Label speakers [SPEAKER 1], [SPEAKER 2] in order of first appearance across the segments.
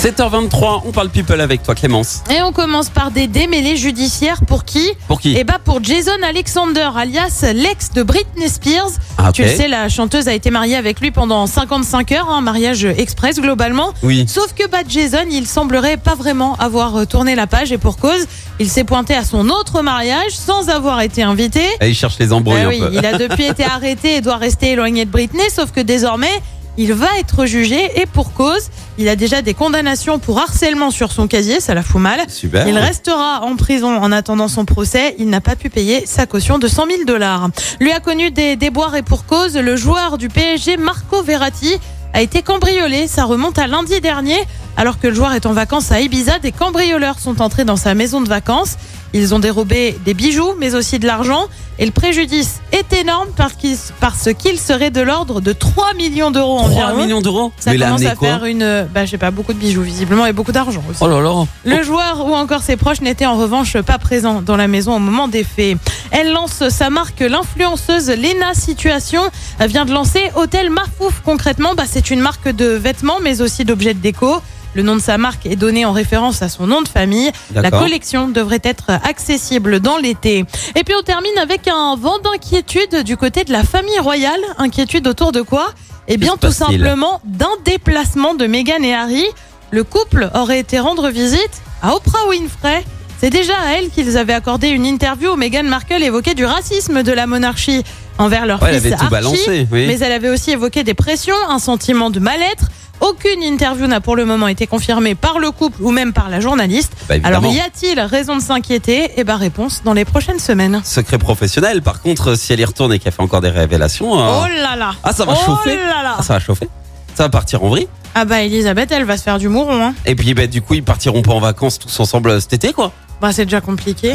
[SPEAKER 1] 7h23, on parle people avec toi Clémence.
[SPEAKER 2] Et on commence par des démêlés judiciaires pour qui
[SPEAKER 1] Pour qui
[SPEAKER 2] Eh bah pour Jason Alexander, alias l'ex de Britney Spears.
[SPEAKER 1] Ah,
[SPEAKER 2] Tu
[SPEAKER 1] ok.
[SPEAKER 2] le sais, la chanteuse a été mariée avec lui pendant 55 heures, un mariage express globalement.
[SPEAKER 1] Oui.
[SPEAKER 2] Sauf que bah, Jason, il semblerait pas vraiment avoir euh, tourné la page et pour cause, il s'est pointé à son autre mariage sans avoir été invité.
[SPEAKER 1] Ah, il cherche les embrouilles
[SPEAKER 2] Ah
[SPEAKER 1] un
[SPEAKER 2] oui,
[SPEAKER 1] peu.
[SPEAKER 2] il a depuis été arrêté et doit rester éloigné de Britney, sauf que désormais, il va être jugé et pour cause. Il a déjà des condamnations pour harcèlement sur son casier, ça la fout mal.
[SPEAKER 1] Super.
[SPEAKER 2] Il restera en prison en attendant son procès. Il n'a pas pu payer sa caution de 100 000 dollars. Lui a connu des déboires et pour cause, le joueur du PSG Marco Verratti a été cambriolé. Ça remonte à lundi dernier. Alors que le joueur est en vacances à Ibiza, des cambrioleurs sont entrés dans sa maison de vacances. Ils ont dérobé des bijoux, mais aussi de l'argent. Et le préjudice est énorme parce qu'il parce qu'il serait de l'ordre de 3 millions d'euros
[SPEAKER 1] 3
[SPEAKER 2] environ.
[SPEAKER 1] millions d'euros
[SPEAKER 2] Ça
[SPEAKER 1] Mais il a
[SPEAKER 2] commence
[SPEAKER 1] amené
[SPEAKER 2] à
[SPEAKER 1] quoi
[SPEAKER 2] faire une, euh, bah, je sais pas, beaucoup de bijoux visiblement et beaucoup d'argent aussi.
[SPEAKER 1] Oh là là.
[SPEAKER 2] Le joueur ou encore ses proches n'étaient en revanche pas présents dans la maison au moment des faits. Elle lance sa marque, l'influenceuse Lena Situation vient de lancer Hôtel Marfouf. Concrètement, bah, c'est une marque de vêtements mais aussi d'objets de déco. Le nom de sa marque est donné en référence à son nom de famille. La
[SPEAKER 1] D'accord.
[SPEAKER 2] collection devrait être accessible dans l'été. Et puis on termine avec un vent d'inquiétude du côté de la famille royale. Inquiétude autour de quoi Eh bien
[SPEAKER 1] se
[SPEAKER 2] tout
[SPEAKER 1] passe-t-il
[SPEAKER 2] simplement d'un déplacement de Meghan et Harry. Le couple aurait été rendre visite à Oprah Winfrey. C'est déjà à elle qu'ils avaient accordé une interview où Meghan Markle évoquait du racisme de la monarchie envers leur
[SPEAKER 1] Ouais, elle
[SPEAKER 2] fils
[SPEAKER 1] avait tout
[SPEAKER 2] Archie.
[SPEAKER 1] balancé. Oui.
[SPEAKER 2] Mais elle avait aussi évoqué des pressions, un sentiment de mal-être. Aucune interview n'a pour le moment été confirmée par le couple ou même par la journaliste.
[SPEAKER 1] Bah, évidemment.
[SPEAKER 2] Alors y a-t-il raison de s'inquiéter Eh ben réponse dans les prochaines semaines.
[SPEAKER 1] Secret professionnel. Par contre, si elle y retourne et qu'elle fait encore des révélations, euh,
[SPEAKER 2] Oh là là
[SPEAKER 1] ah ça va
[SPEAKER 2] Oh
[SPEAKER 1] chauffer.
[SPEAKER 2] là là
[SPEAKER 1] Ah, ça va chauffer. Ça va partir en vrille.
[SPEAKER 2] Ah bah Elisabeth, elle va se faire du mouron. Hein.
[SPEAKER 1] Et puis bah, du coup, ils partiront pas en vacances tous ensemble euh, cet été quoi.
[SPEAKER 2] Bah c'est déjà compliqué.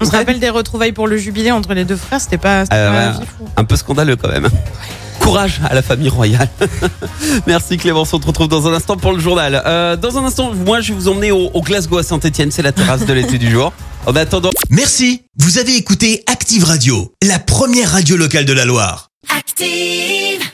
[SPEAKER 2] On se rappelle des retrouvailles pour le jubilé entre les deux frères, c'était pas, c'était
[SPEAKER 1] Euh,
[SPEAKER 2] pas
[SPEAKER 1] ouais.
[SPEAKER 2] la vie fou.
[SPEAKER 1] Un peu scandaleux quand même. Courage à la famille royale. Merci Clémence, on te retrouve dans un instant pour le journal. Euh, dans un instant, moi je vais vous emmener au, au Glasgow à Saint-Etienne, c'est la terrasse de l'été du jour. En attendant...
[SPEAKER 3] Merci, vous avez écouté Active Radio, la première radio locale de la Loire.
[SPEAKER 4] active.